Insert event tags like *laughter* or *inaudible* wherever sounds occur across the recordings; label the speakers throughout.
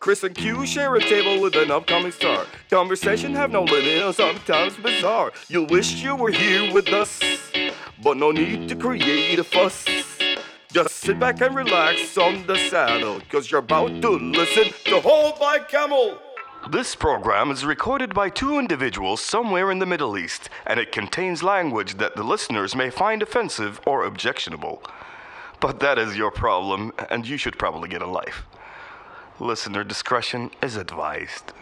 Speaker 1: Chris and Q share a table with an upcoming star. Conversation have no limit and sometimes bizarre. You wish you were here with us, but no need to create a fuss. Just sit back and relax on the saddle, cause you're about to listen to Hold by Camel. This program is recorded by two individuals somewhere in the Middle East, and it contains language that the listeners may find offensive or objectionable. But that is your problem, and you should probably get a life. Listener discretion is advised.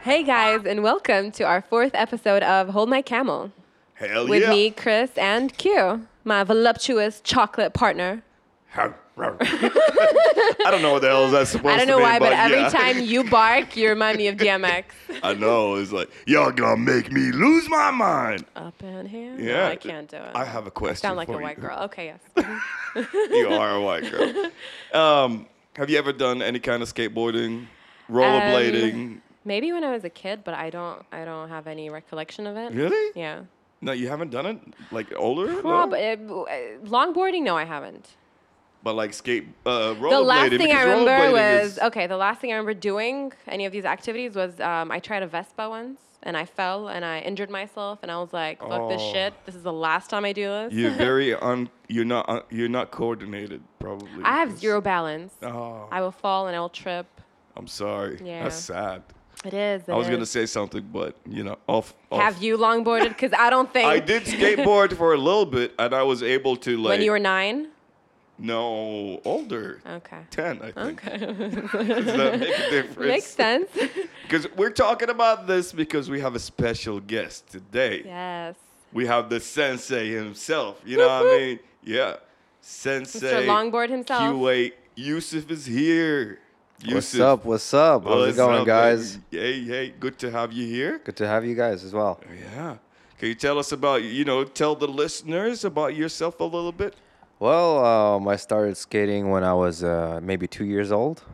Speaker 2: Hey guys, and welcome to our fourth episode of Hold My Camel
Speaker 1: Hell
Speaker 2: with me, Chris, and Q, my voluptuous chocolate partner.
Speaker 1: *laughs* I don't know what the hell is that supposed
Speaker 2: I
Speaker 1: to
Speaker 2: don't know
Speaker 1: be,
Speaker 2: why, but, every
Speaker 1: yeah.
Speaker 2: time you bark, you remind me of DMX.
Speaker 1: *laughs* I know it's like y'all gonna make me lose my mind.
Speaker 2: Up in here? No,
Speaker 1: Yeah,
Speaker 2: I can't do it.
Speaker 1: I have a question.
Speaker 2: Uh, Sound like
Speaker 1: for
Speaker 2: a
Speaker 1: *laughs*
Speaker 2: white
Speaker 1: you.
Speaker 2: girl. Okay, yes.
Speaker 1: you are a white
Speaker 2: *laughs*
Speaker 1: girl. Um, have you ever done any kind of skateboarding,
Speaker 2: Um,
Speaker 1: rollerblading?
Speaker 2: Maybe when I was a kid, but I don't. I don't have any recollection of it.
Speaker 1: Really?
Speaker 2: Yeah.
Speaker 1: No, you haven't done it. Like older? No?
Speaker 2: Well, but, uh, b- uh, longboarding? No, I haven't.
Speaker 1: But like skate, uh, rollerblading.
Speaker 2: the last thing I
Speaker 1: because
Speaker 2: remember
Speaker 1: rollerblading
Speaker 2: was
Speaker 1: is-
Speaker 2: okay. The last thing I remember doing any of these activities was um, I tried a Vespa once and I fell and I injured myself and I was like, "Fuck this
Speaker 1: Oh.
Speaker 2: shit! This is the last time I do this."
Speaker 1: You're very un. You're not. Un, you're not coordinated, probably.
Speaker 2: *laughs* I have
Speaker 1: because-
Speaker 2: zero balance.
Speaker 1: Oh,
Speaker 2: I will fall and I will trip.
Speaker 1: I'm sorry.
Speaker 2: Yeah.
Speaker 1: That's sad.
Speaker 2: It is.
Speaker 1: I was gonna say something, but you know, off. off.
Speaker 2: Have you longboarded? Because I don't
Speaker 1: *laughs*
Speaker 2: think
Speaker 1: I did skateboard for a little bit, and I was able to like.
Speaker 2: when you were nine.
Speaker 1: no older.
Speaker 2: Okay.
Speaker 1: Ten, I think.
Speaker 2: Okay.
Speaker 1: Does that
Speaker 2: *laughs*
Speaker 1: make a difference?
Speaker 2: Makes
Speaker 3: *laughs*
Speaker 2: sense.
Speaker 1: Because we're talking about this because we have a special guest today.
Speaker 2: yes.
Speaker 1: We have the sensei himself. You know what I mean? Yeah. Sensei.
Speaker 2: Mr. Longboard himself.
Speaker 1: Q8. Yusuf is here.
Speaker 3: What's
Speaker 1: Yusuf.
Speaker 3: up? What's up? How's
Speaker 1: What's
Speaker 3: it going,
Speaker 1: up,
Speaker 3: guys?
Speaker 1: man? Hey, hey, good to have you here.
Speaker 3: Good to have you guys as well.
Speaker 1: Yeah. Can you tell us about, you know, tell the listeners about yourself a little bit?
Speaker 3: Well, um, I started skating when I was uh, maybe two years old.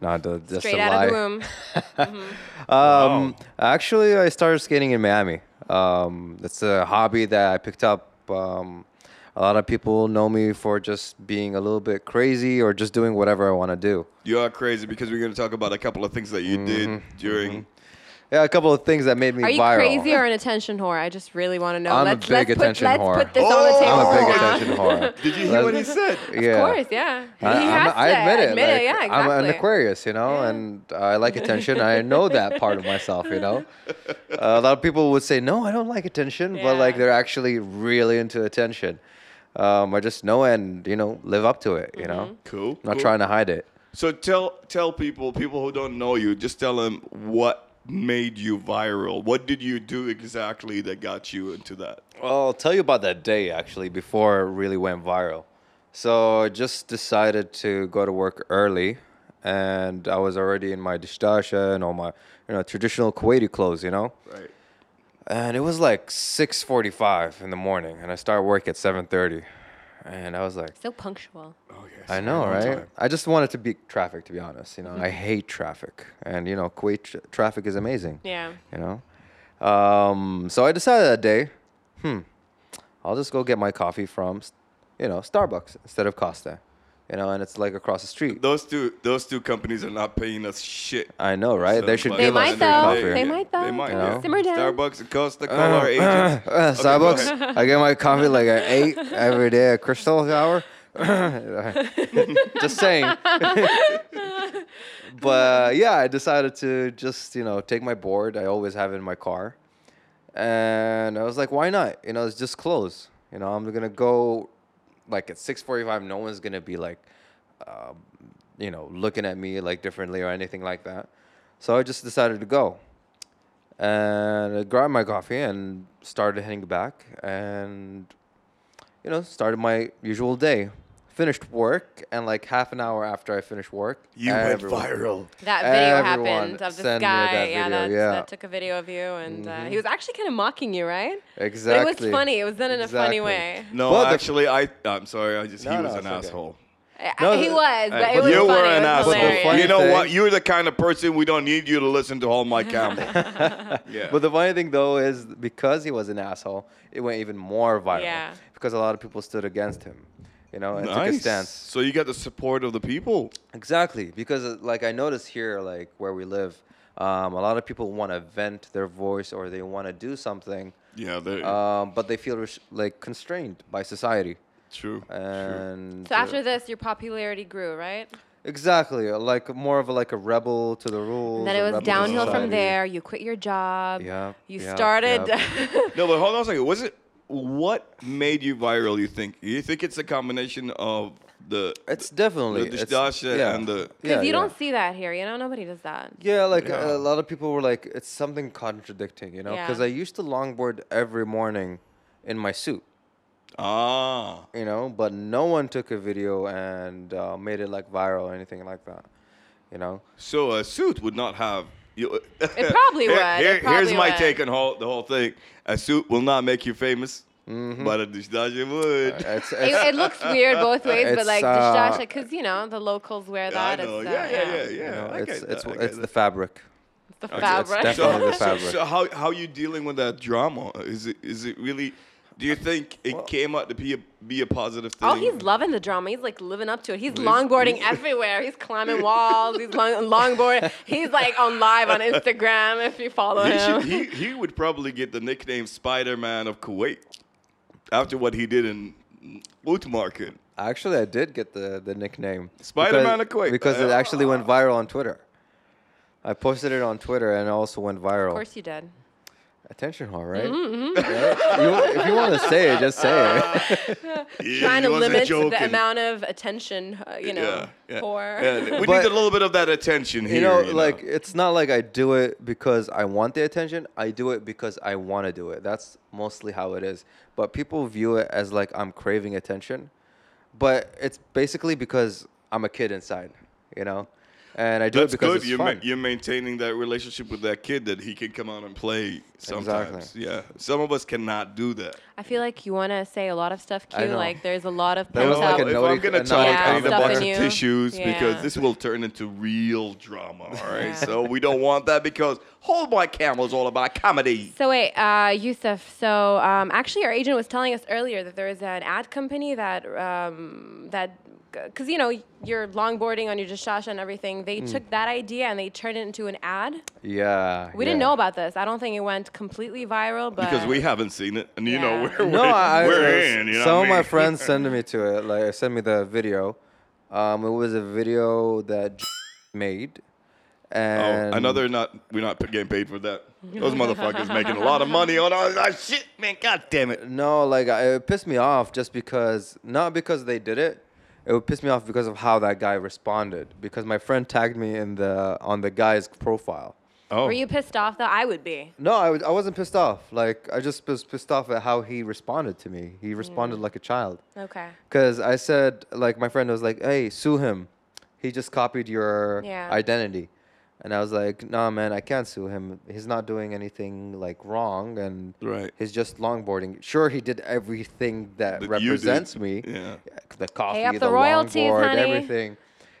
Speaker 3: No, th- that's
Speaker 2: Straight
Speaker 3: a
Speaker 2: out of the
Speaker 3: lie.
Speaker 2: womb.
Speaker 3: Um,
Speaker 1: Wow.
Speaker 3: Actually, I started skating in Miami. Um, it's a hobby that I picked up. Um, a lot of people know me for just being a little bit crazy or just doing whatever I want to do.
Speaker 1: You are crazy because we're going to talk about a couple of things that you did during.
Speaker 3: Yeah, a couple of things that made me
Speaker 2: Are you
Speaker 3: viral.
Speaker 2: crazy or an attention whore? I just really want to know.
Speaker 3: I'm a
Speaker 2: let's,
Speaker 3: big
Speaker 2: let's
Speaker 3: attention
Speaker 2: put,
Speaker 3: whore.
Speaker 2: Let's put this on the
Speaker 1: Oh!
Speaker 2: table *laughs*
Speaker 3: I'm a big
Speaker 2: for now.
Speaker 3: attention whore.
Speaker 1: Did you hear *laughs*
Speaker 3: Let's-
Speaker 1: what he said?
Speaker 3: Yeah.
Speaker 2: Of course, yeah.
Speaker 3: I,
Speaker 2: he
Speaker 3: I'm-
Speaker 2: has
Speaker 3: I
Speaker 2: to
Speaker 3: admit it.
Speaker 2: Admit
Speaker 3: like,
Speaker 2: it. Yeah, exactly.
Speaker 3: I'm an Aquarius, you know,
Speaker 2: Yeah.
Speaker 3: and I like attention. I know that part of myself, you
Speaker 2: *laughs*
Speaker 3: know. Uh, a lot of people would say, "No, I don't like attention," but like
Speaker 2: Yeah.
Speaker 3: they're actually really into attention. Um, I just know and you know live up to it, you know.
Speaker 2: Mm-hmm.
Speaker 1: Cool.
Speaker 3: I'm not
Speaker 1: cool.
Speaker 3: trying to hide it.
Speaker 1: So tell tell people, people who don't know you, just tell them what made you viral. What did you do exactly that got you into that?
Speaker 3: Well, I'll tell you about that day actually before it really went viral. So I just decided to go to work early and I was already in my distasha and all my you know traditional Kuwaiti clothes, you know.
Speaker 1: Right.
Speaker 3: And it was like 6:45 in the morning and I start work at 7:30. And I was like,
Speaker 2: so punctual.
Speaker 1: Oh yes.
Speaker 3: I know,
Speaker 1: on
Speaker 3: right?
Speaker 1: time.
Speaker 3: I just wanted to beat traffic to be honest, you know. I hate traffic. And you know, Kuwait tra- traffic is amazing
Speaker 2: Yeah.
Speaker 3: you know. Um, so I decided that day, hmm, I'll just go get my coffee from, you know, Starbucks instead of Costa, you know, and it's like across the street.
Speaker 1: Those two those two companies are not paying us shit.
Speaker 3: I know, right?
Speaker 1: So
Speaker 3: they should
Speaker 1: fuck
Speaker 2: They
Speaker 3: give us
Speaker 2: might
Speaker 3: free
Speaker 1: it.
Speaker 2: though.
Speaker 3: coffee.
Speaker 2: They might though.
Speaker 1: They might.
Speaker 2: You
Speaker 3: know?
Speaker 1: yeah.
Speaker 2: Simmer down.
Speaker 1: Starbucks and Costa call our
Speaker 3: *clears throat*
Speaker 1: agents.
Speaker 3: Uh,
Speaker 1: Okay, go ahead.
Speaker 3: Starbucks. I get my coffee like at eight every day at Crystal Tower. *laughs* just saying. *laughs* but uh, yeah, I decided to just you know take my board. I always have it in my car, and I was like, why not? You know, it's just close. You know, I'm gonna go like at six forty-five. No one's gonna be like, uh, you know, looking at me like differently or anything like that. So I just decided to go and I grabbed my coffee and started heading back and you know started my usual day finished work and like half an hour after i finished work
Speaker 1: You
Speaker 3: everyone-
Speaker 1: went viral.
Speaker 2: That video
Speaker 3: Everyone
Speaker 2: happened of this
Speaker 3: send me
Speaker 2: guy.
Speaker 3: that
Speaker 2: yeah,
Speaker 3: video,
Speaker 2: that's,
Speaker 3: yeah. Mm-hmm.
Speaker 2: that took a video of you, and uh, he was actually kind of mocking you, right?
Speaker 3: exactly
Speaker 2: But it was funny. It was done in a funny
Speaker 3: Exactly.
Speaker 2: way.
Speaker 1: No,
Speaker 3: But the-
Speaker 1: actually I I'm sorry, I just he
Speaker 3: No,
Speaker 1: was
Speaker 3: no,
Speaker 1: an
Speaker 3: it's okay.
Speaker 1: asshole.
Speaker 2: I-
Speaker 3: No,
Speaker 2: I- he
Speaker 3: the- uh,
Speaker 2: was, but it was
Speaker 1: you
Speaker 2: funny.
Speaker 1: were an
Speaker 2: it was
Speaker 1: asshole.
Speaker 2: hilarious.
Speaker 3: funny
Speaker 1: you know what?
Speaker 3: thing-
Speaker 1: You're the kind of person we don't need you to listen to
Speaker 2: *laughs*
Speaker 1: Hold My Camel. yeah.
Speaker 3: but the funny thing though is because he was an asshole it went even more viral
Speaker 2: Yeah.
Speaker 3: because a lot of people stood against him You know, and took a
Speaker 1: Nice.
Speaker 3: stance.
Speaker 1: So you got the support of the people.
Speaker 3: Exactly, because uh, like I notice here, like where we live, um, a lot of people want to vent their voice or they want to do something,
Speaker 1: Yeah, they
Speaker 3: um, but they feel res- like constrained by society.
Speaker 1: true. true.
Speaker 3: And
Speaker 2: So
Speaker 3: uh,
Speaker 2: after this, your popularity grew, right?
Speaker 3: exactly, uh, like more of a, like a rebel to the rules.
Speaker 2: Then
Speaker 3: a
Speaker 2: it was
Speaker 3: rebel to
Speaker 2: downhill
Speaker 3: society.
Speaker 2: from there. You quit your job.
Speaker 3: Yep,
Speaker 2: You
Speaker 3: yep,
Speaker 2: *laughs* started.
Speaker 1: No, but hold on a second. Was it what made you viral? You think? You think it's a combination of the
Speaker 3: It's definitely
Speaker 1: the
Speaker 3: it's-
Speaker 1: Dasha
Speaker 3: yeah.
Speaker 1: and the-
Speaker 2: Because
Speaker 3: yeah,
Speaker 2: you
Speaker 3: yeah.
Speaker 2: don't see that here. You know, nobody does that.
Speaker 3: Yeah, like
Speaker 1: Yeah.
Speaker 3: a lot of people were like, it's something contradicting, you know?
Speaker 2: Yeah.
Speaker 3: Because I used to longboard every morning in my suit,
Speaker 1: ah?
Speaker 3: you know, but no one took a video and uh, made it like viral or anything like that, you know?
Speaker 1: So a suit would not have. You, *laughs*
Speaker 2: It probably would, it
Speaker 1: here's
Speaker 2: probably
Speaker 1: my
Speaker 2: would.
Speaker 1: take on whole, the whole thing. A suit will not make you famous,
Speaker 3: Mm-hmm.
Speaker 1: but a dishdasha would.
Speaker 2: *laughs*
Speaker 3: It's,
Speaker 2: It,
Speaker 3: it's,
Speaker 2: it looks
Speaker 3: *laughs*
Speaker 2: weird both ways, but
Speaker 3: It's,
Speaker 2: like
Speaker 3: uh,
Speaker 2: uh, because you know the locals wear that.
Speaker 1: *laughs* I know.
Speaker 2: It's, uh,
Speaker 1: yeah, yeah, yeah, yeah.
Speaker 3: you know,
Speaker 1: I
Speaker 3: it's,
Speaker 1: get
Speaker 3: it's,
Speaker 1: that, I
Speaker 3: it's
Speaker 1: get
Speaker 3: the fabric.
Speaker 2: It's the
Speaker 1: it's
Speaker 2: fabric.
Speaker 3: *laughs*
Speaker 1: that. *laughs*
Speaker 3: definitely- Some of the
Speaker 1: so,
Speaker 3: fabric.
Speaker 1: so how how you dealing with that drama? Is it is it really? Do you think it came out to be a, be a positive thing?
Speaker 2: Oh, he's loving the drama. He's like living up to it. He's
Speaker 1: *laughs*
Speaker 2: longboarding everywhere. He's climbing walls. He's long, longboard. He's like on live on Instagram if you follow
Speaker 1: He,
Speaker 2: him.
Speaker 1: should, he he would probably get the nickname Spider Man of Kuwait after what he did in Utmarket.
Speaker 3: Actually, I did get the, the nickname
Speaker 1: Spider-Man
Speaker 3: because-
Speaker 1: of Kuwait.
Speaker 3: Because it
Speaker 1: Uh,
Speaker 3: actually went viral on Twitter. I posted it on Twitter and it also went viral.
Speaker 2: of course Mm-hmm,
Speaker 1: *laughs*
Speaker 2: you did.
Speaker 3: Attention whore, right? Yeah. You- if you want to say it, just say it.
Speaker 2: Trying to limit the amount of attention, uh, you know, for.
Speaker 1: Yeah, We
Speaker 3: But-
Speaker 1: need a little bit of that attention here.
Speaker 3: you know, like it's not like I do it because I want the attention. I do it because I want to do it. That's mostly how it is. But people view it as like I'm craving attention, but it's basically because I'm a kid inside, you know, and I do
Speaker 1: that's
Speaker 3: it because
Speaker 1: good.
Speaker 3: it's
Speaker 1: You're, ma-
Speaker 3: fun.
Speaker 1: you're maintaining that relationship with that kid that he can come out and play sometimes.
Speaker 3: Exactly.
Speaker 1: Yeah, some of us cannot do that.
Speaker 2: *laughs* I feel like you want to say a lot of stuff,
Speaker 3: I
Speaker 2: Q.
Speaker 3: know.
Speaker 2: Like there's a lot of
Speaker 3: That
Speaker 2: pent
Speaker 3: was like
Speaker 2: up.
Speaker 3: a
Speaker 1: if
Speaker 3: naughty-
Speaker 1: I'm gonna
Speaker 3: a
Speaker 1: talk,
Speaker 2: naughty
Speaker 1: I need a
Speaker 2: comment.
Speaker 1: bunch of
Speaker 2: Stuff in you.
Speaker 1: tissues because
Speaker 2: Yeah.
Speaker 1: this will turn into real drama. All right,
Speaker 2: Yeah.
Speaker 1: so we don't want that because Hold My Camel is all about comedy.
Speaker 2: So wait, uh, Yusuf. So um, actually, our agent was telling us earlier that there is an ad company that um, that because you know you're longboarding on your Jashasha and everything. They
Speaker 1: Mm.
Speaker 2: took that idea and they turned it into an ad.
Speaker 3: yeah,
Speaker 2: We didn't
Speaker 1: *laughs*
Speaker 2: know about this. I don't think it went completely viral, but
Speaker 1: Because we haven't seen it, and you know
Speaker 2: Yeah.
Speaker 1: we're
Speaker 3: No, I,
Speaker 1: we're
Speaker 3: I-
Speaker 1: in. You know
Speaker 3: some
Speaker 1: what
Speaker 3: of
Speaker 1: I
Speaker 3: my
Speaker 1: mean? *laughs*
Speaker 3: friends sent me to it. Like, sent me the video. Um, it was a video that made, and
Speaker 1: Oh, another not we're not getting paid for *laughs* that. Those motherfuckers making a lot of money on all that shit, man. God damn it.
Speaker 3: No, like I, it pissed me off just because not because they did it. It would piss me off because of how that guy responded. Because my friend tagged me in the on the guy's profile.
Speaker 1: Oh,
Speaker 2: were you pissed off though? I would be.
Speaker 3: No, I, was- I wasn't pissed off. Like I just was pissed off at how he responded to me. He responded like a child.
Speaker 2: Okay.
Speaker 3: Cause I said like my friend was like, "Hey, sue him. He just copied your
Speaker 2: Yeah.
Speaker 3: identity." And I was like, "Nah, man, I can't sue him. He's not doing anything like wrong, and
Speaker 1: Right.
Speaker 3: he's just longboarding. Sure, he did everything that,
Speaker 1: That you
Speaker 3: represents
Speaker 1: did.
Speaker 3: me.
Speaker 1: Yeah.
Speaker 3: the coffee,
Speaker 2: up
Speaker 3: the,
Speaker 2: the royalties,
Speaker 3: longboard,
Speaker 2: honey.
Speaker 3: everything.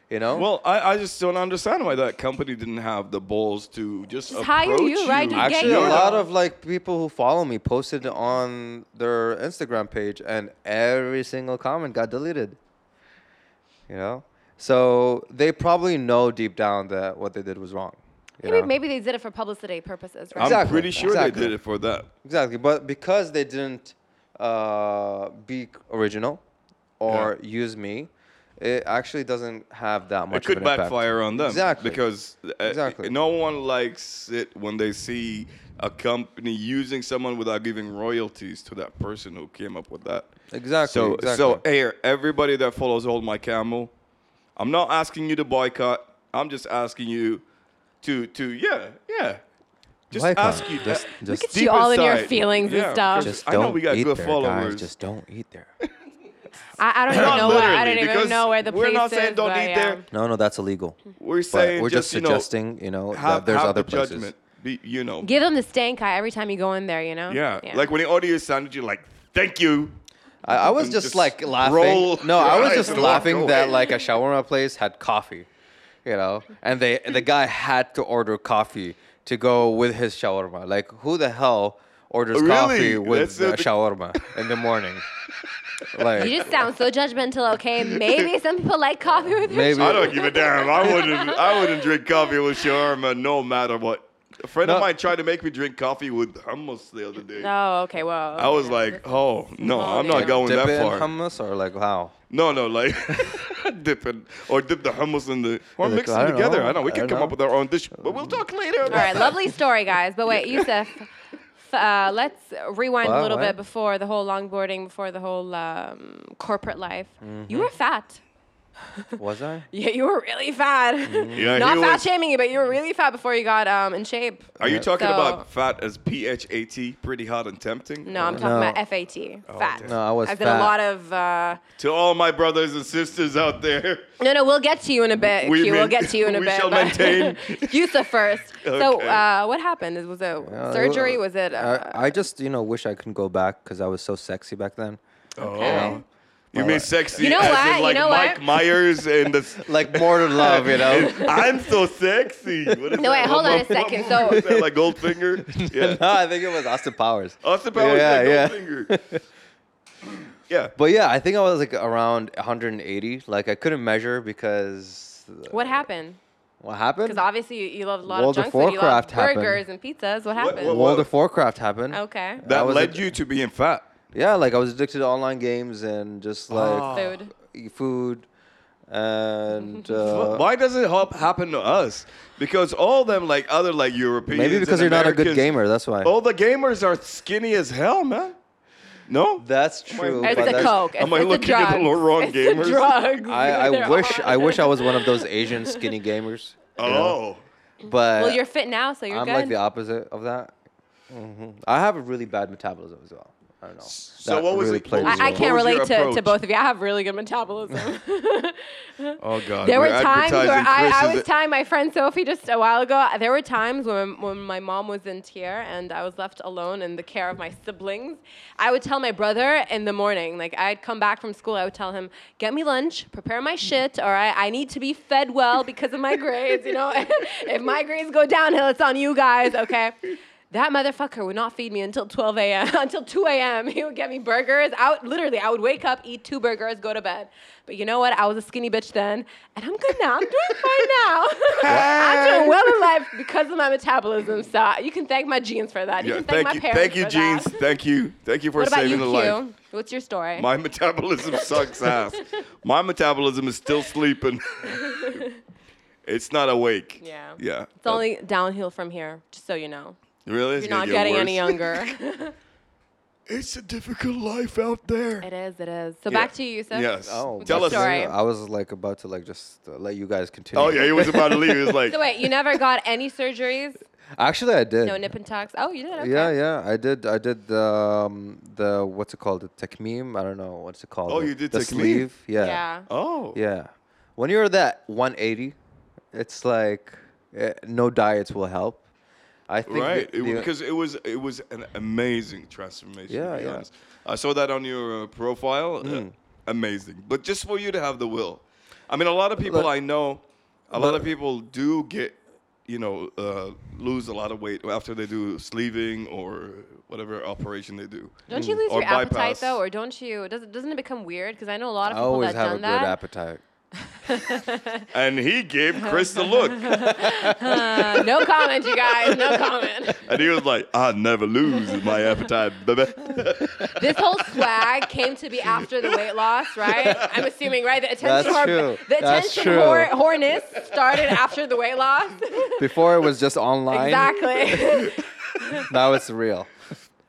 Speaker 3: You know.
Speaker 1: Well, I, I just don't understand why that company didn't have the balls to just,
Speaker 2: Just hire
Speaker 1: approach
Speaker 2: you, right? Just get
Speaker 3: Actually,
Speaker 2: you.
Speaker 3: a lot
Speaker 2: Yeah.
Speaker 3: of like people who follow me posted on their Instagram page, and every single comment got deleted. You know, so they probably know deep down that what they did was wrong. you
Speaker 2: Maybe,
Speaker 3: know?
Speaker 2: maybe they did it for publicity purposes, right?
Speaker 1: I'm
Speaker 3: Exactly.
Speaker 1: pretty sure
Speaker 3: Exactly.
Speaker 1: they did it for that.
Speaker 3: exactly, but because they didn't uh, be original or use me, it actually doesn't have that much.
Speaker 1: It could
Speaker 3: of an impact.
Speaker 1: backfire on them.
Speaker 3: Exactly.
Speaker 1: Because uh,
Speaker 3: Exactly.
Speaker 1: no one likes it when they see a company using someone without giving royalties to that person who came up with that.
Speaker 3: Exactly,
Speaker 1: So,
Speaker 3: exactly.
Speaker 1: so here, everybody that follows Hold My Camel, I'm not asking you to boycott. I'm just asking you to, to yeah, yeah. Just
Speaker 3: Boycott.
Speaker 1: ask you.
Speaker 3: Just-
Speaker 1: uh,
Speaker 3: just- Look
Speaker 2: at
Speaker 1: deep
Speaker 2: you all in your
Speaker 1: inside.
Speaker 2: feelings and
Speaker 1: Yeah,
Speaker 2: stuff.
Speaker 1: because
Speaker 3: Just
Speaker 1: I know
Speaker 3: don't
Speaker 1: we got
Speaker 3: eat
Speaker 1: good
Speaker 3: there,
Speaker 1: followers.
Speaker 3: guys. Just don't eat there.
Speaker 2: I,
Speaker 1: *coughs*
Speaker 2: I don't even
Speaker 1: *laughs* Not
Speaker 2: know. Where, I
Speaker 1: literally,
Speaker 2: don't even
Speaker 1: because
Speaker 2: know where the
Speaker 1: we're
Speaker 2: place
Speaker 1: not saying
Speaker 2: is,
Speaker 1: don't
Speaker 2: but
Speaker 1: eat
Speaker 2: yeah.
Speaker 1: there.
Speaker 3: No, no, that's
Speaker 1: *laughs*
Speaker 3: illegal.
Speaker 1: We're saying
Speaker 3: But we're just,
Speaker 1: you know,
Speaker 3: suggesting, you know,
Speaker 1: have,
Speaker 3: that there's
Speaker 1: have
Speaker 3: other
Speaker 1: the
Speaker 3: places.
Speaker 1: judgment. Be, you know,
Speaker 2: Give them the stank eye every time you go in there. You know.
Speaker 1: Yeah. Like when the audio sounded, you're like, thank you.
Speaker 3: I, I was
Speaker 1: and
Speaker 3: just,
Speaker 1: just
Speaker 3: like laughing.
Speaker 1: roll
Speaker 3: no, I
Speaker 1: your
Speaker 3: was
Speaker 1: eyes
Speaker 3: just
Speaker 1: and walk
Speaker 3: laughing that
Speaker 1: away.
Speaker 3: like a shawarma place had coffee, you know, and they the guy had to order coffee to go with his shawarma. Like, who the hell orders
Speaker 1: Really?
Speaker 3: coffee with
Speaker 1: That's, uh,
Speaker 3: a
Speaker 1: the- *laughs*
Speaker 3: shawarma in the morning? Like,
Speaker 2: You just sound so judgmental. Okay, maybe some people like coffee with their
Speaker 3: Maybe.
Speaker 1: I don't give a damn.
Speaker 2: *laughs*
Speaker 1: I wouldn't. I wouldn't drink coffee with shawarma, no matter what. A friend
Speaker 3: No.
Speaker 1: of mine tried to make me drink coffee with hummus the other day.
Speaker 2: Oh, okay. Well,
Speaker 1: I was like, oh no,
Speaker 2: small
Speaker 1: I'm not
Speaker 2: dip.
Speaker 1: going
Speaker 3: dip
Speaker 1: that
Speaker 3: it in
Speaker 1: far.
Speaker 3: hummus or like how?
Speaker 1: no, no, like *laughs* dip it or dip the hummus in the or
Speaker 3: In the
Speaker 1: mix
Speaker 3: co- I
Speaker 1: them
Speaker 3: don't
Speaker 1: together.
Speaker 3: know.
Speaker 1: I know we
Speaker 3: I
Speaker 1: can
Speaker 3: don't
Speaker 1: come up
Speaker 3: know.
Speaker 1: with our own dish, but we'll talk later.
Speaker 2: all right, lovely story, guys. But wait, Yusuf, f- uh, let's rewind a
Speaker 3: Wow,
Speaker 2: little
Speaker 3: what?
Speaker 2: bit before the whole longboarding, before the whole um, corporate life.
Speaker 1: Mm-hmm.
Speaker 2: You were fat.
Speaker 3: Was I?
Speaker 2: Yeah, you were really fat.
Speaker 1: Mm-hmm.
Speaker 2: *laughs*
Speaker 1: Yeah,
Speaker 2: Not
Speaker 1: he
Speaker 2: fat
Speaker 1: was-
Speaker 2: shaming you, but you were really fat before you got um, in shape.
Speaker 1: Are you talking
Speaker 2: So-
Speaker 1: about fat as P H A T, pretty hot and tempting? Uh,
Speaker 2: No, I'm talking
Speaker 3: No.
Speaker 2: about FAT, fat.
Speaker 1: Oh, damn.
Speaker 3: No, I was
Speaker 2: I did a
Speaker 3: fat.
Speaker 2: lot of. Uh,
Speaker 1: To all my brothers and sisters out there,
Speaker 2: No, no, we'll get to you in a bit.
Speaker 1: We
Speaker 2: We we'll
Speaker 1: men-
Speaker 2: get
Speaker 1: *laughs*
Speaker 2: to you in a
Speaker 1: we
Speaker 2: bit.
Speaker 1: shall
Speaker 2: but- *laughs*
Speaker 1: maintain.
Speaker 2: Yusa first. So,
Speaker 1: Okay.
Speaker 2: uh, what happened? Was it
Speaker 3: Yeah,
Speaker 2: surgery? Was it? Uh,
Speaker 3: I, I just you know wish I could go back because I was so sexy back then.
Speaker 2: okay.
Speaker 1: Oh. you mean sexy
Speaker 2: You know
Speaker 1: as
Speaker 2: what?
Speaker 1: in
Speaker 2: You
Speaker 1: like
Speaker 2: know what?
Speaker 1: Mike Myers and the
Speaker 3: Like more to love, you know.
Speaker 1: *laughs* I'm so sexy. What is
Speaker 2: No, wait,
Speaker 1: that?
Speaker 2: hold
Speaker 1: What-
Speaker 2: on
Speaker 1: *laughs*
Speaker 2: a
Speaker 1: what-
Speaker 2: second.
Speaker 1: what
Speaker 2: So-
Speaker 1: is that, like
Speaker 3: *laughs*
Speaker 1: Goldfinger?
Speaker 3: *laughs* no,
Speaker 1: Yeah.
Speaker 3: I think it was Austin Powers.
Speaker 1: Austin Powers
Speaker 3: Yeah,
Speaker 1: said
Speaker 3: yeah.
Speaker 1: Goldfinger. Yeah.
Speaker 3: But yeah, I think I was like around 180. Like I couldn't measure because
Speaker 2: what happened?
Speaker 3: what happened?
Speaker 2: Because obviously you, you loved a lot
Speaker 3: World
Speaker 2: of junk
Speaker 3: of
Speaker 2: food. You loved
Speaker 3: Warcraft happened.
Speaker 2: burgers and pizzas. What happened?
Speaker 1: what-
Speaker 3: World of Warcraft happened.
Speaker 2: okay.
Speaker 3: I
Speaker 1: That
Speaker 3: was
Speaker 1: led
Speaker 3: a-
Speaker 1: you to being fat.
Speaker 3: Yeah, like I was addicted to online games and just
Speaker 1: Ah.
Speaker 3: like
Speaker 2: Food.
Speaker 3: e- food
Speaker 2: *laughs*
Speaker 3: and uh,
Speaker 1: Why does it hop- happen to us? Because all them like other like Europeans.
Speaker 3: maybe
Speaker 1: and
Speaker 3: because you're not a good
Speaker 1: Americans-
Speaker 3: gamer. That's why.
Speaker 1: All the gamers are skinny as hell, man. No,
Speaker 3: That's true.
Speaker 1: It's
Speaker 3: but
Speaker 2: It's a
Speaker 3: that's-
Speaker 2: coke. It's,
Speaker 1: Am I
Speaker 2: it's a
Speaker 1: looking at the
Speaker 2: drugs.
Speaker 1: wrong
Speaker 2: It's a *laughs*
Speaker 1: gamers?
Speaker 2: drugs.
Speaker 3: I,
Speaker 2: *laughs*
Speaker 3: I
Speaker 2: They're
Speaker 3: wish
Speaker 2: all-
Speaker 3: I wish I was one of those
Speaker 2: *laughs*
Speaker 3: Asian skinny gamers. you
Speaker 1: Oh.
Speaker 3: know? but
Speaker 2: Well, you're fit now, so you're
Speaker 3: I'm
Speaker 2: good.
Speaker 3: like the opposite of that. hmm I have a really bad metabolism as well. I don't know.
Speaker 1: So what was it- what was
Speaker 2: I, I
Speaker 1: What
Speaker 2: can't
Speaker 1: was your
Speaker 2: relate to, to
Speaker 1: approach?
Speaker 2: both of you. I have really good metabolism. *laughs*
Speaker 1: Oh God.
Speaker 2: There were
Speaker 1: we're
Speaker 2: times where
Speaker 1: advertising
Speaker 2: I, I
Speaker 1: Chris's-
Speaker 2: was telling my friend Sophie just a while ago. There were times when, when my mom wasn't here and I was left alone in the care of my siblings. I would tell my brother in the morning, like I'd come back from school, I would tell him, "Get me lunch, prepare my shit. All right, I need to be fed well because of my grades. You know, *laughs* if my grades go downhill, it's on you guys. Okay." That motherfucker would not feed me until 12 a.m. *laughs* until 2 a.m. He would get me burgers. I would, literally, I would wake up, eat two burgers, go to bed. But you know what? I was a skinny bitch then, and I'm good now. I'm doing fine now. *laughs* I'm doing well in life because of my metabolism. So you can thank my genes for that. You
Speaker 1: Yeah,
Speaker 2: can thank,
Speaker 1: thank you,
Speaker 2: my parents.
Speaker 1: thank you,
Speaker 2: for
Speaker 1: jeans.
Speaker 2: That.
Speaker 1: Thank you, thank you for
Speaker 2: What about
Speaker 1: saving
Speaker 2: you,
Speaker 1: the
Speaker 2: Q?
Speaker 1: life.
Speaker 2: What's your story?
Speaker 1: My metabolism
Speaker 2: *laughs*
Speaker 1: sucks ass. My metabolism is still sleeping. it's not awake.
Speaker 2: Yeah.
Speaker 1: Yeah.
Speaker 2: it's only downhill from here, just so you know.
Speaker 1: really. It's
Speaker 2: You're
Speaker 1: gonna get
Speaker 2: not getting
Speaker 1: worse.
Speaker 2: any younger.
Speaker 1: *laughs*
Speaker 2: *laughs*
Speaker 1: It's a difficult life out there.
Speaker 2: it is, it is. So
Speaker 1: Yeah.
Speaker 2: back to you, Yusuf.
Speaker 1: Yes.
Speaker 3: Oh,
Speaker 1: Tell us.
Speaker 2: What's your story?
Speaker 3: I was like about to like just uh, let you guys continue.
Speaker 1: Oh yeah, he was about to leave. He
Speaker 2: *laughs*
Speaker 1: was like,
Speaker 2: So wait, you never got any surgeries?
Speaker 3: *laughs* Actually, I did.
Speaker 2: No nip and tucks? Oh, you did? Okay.
Speaker 3: Yeah, yeah, I did. I did the um, the what's it called? The techmeme. I don't know what's it called.
Speaker 1: Oh,
Speaker 3: the-
Speaker 1: you did
Speaker 3: the
Speaker 1: techmeme?
Speaker 3: sleeve. Yeah.
Speaker 2: Yeah.
Speaker 1: oh.
Speaker 3: Yeah. When you're that 180, it's like eh, no diets will help. I think.
Speaker 1: Right,
Speaker 3: the-
Speaker 1: it,
Speaker 3: the-
Speaker 1: because it was it was an amazing transformation.
Speaker 3: Yeah,
Speaker 1: to be
Speaker 3: yeah. Mm.
Speaker 1: honest. I saw that on your uh, profile. Uh, amazing, but just for you to have the will. I mean, a lot of people
Speaker 3: Look-
Speaker 1: I know, a lot
Speaker 3: look-
Speaker 1: of people do get, you know, uh, lose a lot of weight after they do sleeving or whatever operation they do.
Speaker 2: Don't you lose
Speaker 1: Mm. Or
Speaker 2: your appetite
Speaker 1: bypass.
Speaker 2: though, or don't you? Doesn't doesn't it become weird? Because I know a lot
Speaker 3: I
Speaker 2: of people
Speaker 3: always
Speaker 2: that
Speaker 3: have a
Speaker 2: done
Speaker 3: good
Speaker 2: that.
Speaker 3: appetite.
Speaker 1: And he gave Chris the
Speaker 3: *laughs*
Speaker 1: look,
Speaker 2: *laughs* Uh, no comment, you guys. No comment.
Speaker 1: and he was like, "I never lose my appetite, baby." *laughs*
Speaker 2: This whole swag came to
Speaker 3: *laughs*
Speaker 2: be after the weight loss, right? I'm assuming, right? The attention,
Speaker 3: That's
Speaker 2: whore,
Speaker 3: true.
Speaker 2: the
Speaker 3: That's
Speaker 2: attention
Speaker 3: true.
Speaker 2: Whore, whoreness started after the weight loss.
Speaker 3: Before it was just online. *laughs*
Speaker 2: exactly.
Speaker 3: Now it's real.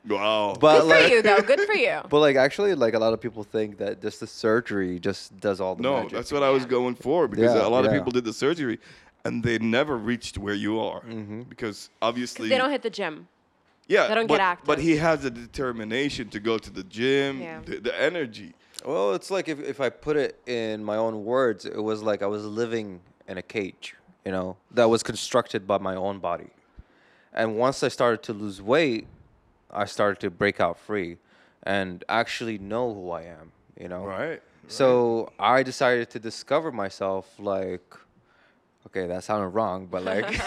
Speaker 1: Wow.
Speaker 2: Good
Speaker 3: But
Speaker 2: for
Speaker 3: like,
Speaker 2: you though. Good for you.
Speaker 3: but like, actually, like a lot of people think that just the surgery just does all the
Speaker 1: No,
Speaker 3: magic.
Speaker 1: that's what I was going for because
Speaker 3: Yeah,
Speaker 1: a lot of
Speaker 3: yeah.
Speaker 1: people did the surgery and they never reached where you are
Speaker 3: Mm-hmm.
Speaker 1: because obviously
Speaker 2: They don't hit the gym.
Speaker 1: yeah,
Speaker 2: they don't
Speaker 1: but,
Speaker 2: get active.
Speaker 1: But he has the determination to go to the gym,
Speaker 2: Yeah.
Speaker 1: the, the energy.
Speaker 3: Well, it's like if, if I put it in my own words, it was like I was living in a cage, you know, that was constructed by my own body. And once I started to lose weight, I started to break out free and actually know who I am, you know?
Speaker 1: Right.
Speaker 3: So I decided to discover myself like Okay, that sounded wrong, but
Speaker 1: *laughs*
Speaker 3: like,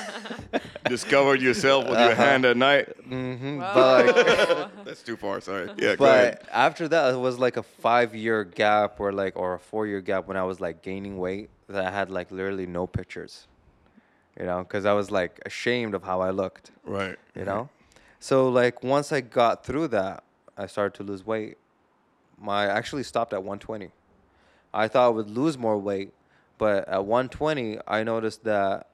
Speaker 1: Discovered yourself with
Speaker 3: Uh-huh.
Speaker 1: your hand at
Speaker 3: *laughs*
Speaker 1: night.
Speaker 3: but like,
Speaker 1: That's too far.
Speaker 2: *laughs*
Speaker 1: Sorry. Yeah. go ahead.
Speaker 3: but after that, it was like a five-year gap or like or a four-year gap when I was like gaining weight that I had like literally no pictures, you know, because I was like ashamed of how I looked.
Speaker 1: Right.
Speaker 3: you know so like once i got through that i started to lose weight my I actually stopped at 120 i thought i would lose more weight but at 120 i noticed that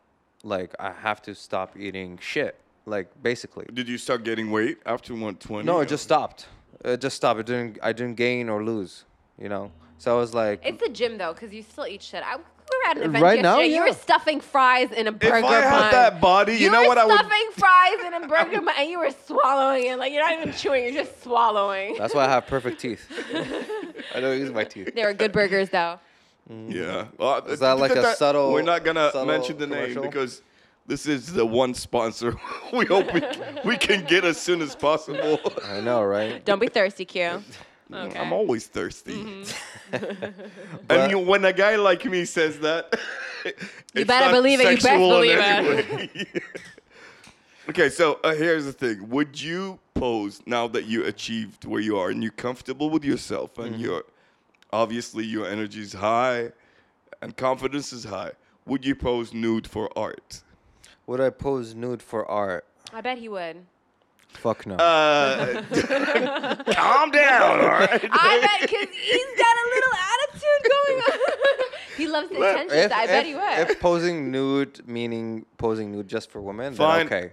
Speaker 3: like i have to stop eating shit like basically
Speaker 1: Did you start getting weight after 120?
Speaker 3: no it just stopped it just stopped it didn't i didn't gain or lose you know so i was like
Speaker 2: It's the gym though, because you still eat shit. I, we were at an event
Speaker 3: Right
Speaker 2: yesterday.
Speaker 3: now,
Speaker 2: You
Speaker 3: yeah.
Speaker 2: were stuffing fries in a
Speaker 1: If
Speaker 2: burger
Speaker 1: I had
Speaker 2: bun.
Speaker 1: that body, *laughs* you, know
Speaker 2: were
Speaker 1: what I would.
Speaker 2: stuffing fries in a burger bun, and you were swallowing it like you're not even chewing. You're just swallowing.
Speaker 3: that's why i have perfect teeth i don't use my teeth
Speaker 2: They were good burgers though.
Speaker 1: Yeah. Well,
Speaker 3: Mm-hmm. Is that like a subtle-
Speaker 1: We're not gonna
Speaker 3: subtle
Speaker 1: mention the name
Speaker 3: commercial?
Speaker 1: because this is the one sponsor *laughs* we hope we, we can get as soon as
Speaker 3: *laughs*
Speaker 1: possible.
Speaker 3: i know right
Speaker 2: Don't be thirsty, Q. Okay. Mm-hmm.
Speaker 1: I'm always thirsty.
Speaker 2: *laughs*
Speaker 3: But-
Speaker 1: *laughs* and you, when a guy like me says that, *laughs* you
Speaker 2: better believe it, you best believe
Speaker 1: it. *laughs* okay, so uh, here's the thing: Would you pose now that you achieved where you are and you're comfortable with yourself and you're obviously your energy is high and confidence is high? Would you pose nude for art?
Speaker 3: would i pose nude for art
Speaker 2: I bet he
Speaker 1: *laughs*
Speaker 2: would.
Speaker 3: fuck no
Speaker 2: *laughs*
Speaker 1: Uh, *laughs* calm down, all right?
Speaker 2: I bet because he's got a little attitude going on. *laughs* he loves the attention. so I bet he would.
Speaker 3: if posing nude meaning posing nude just for women,
Speaker 1: Fine.
Speaker 3: then okay.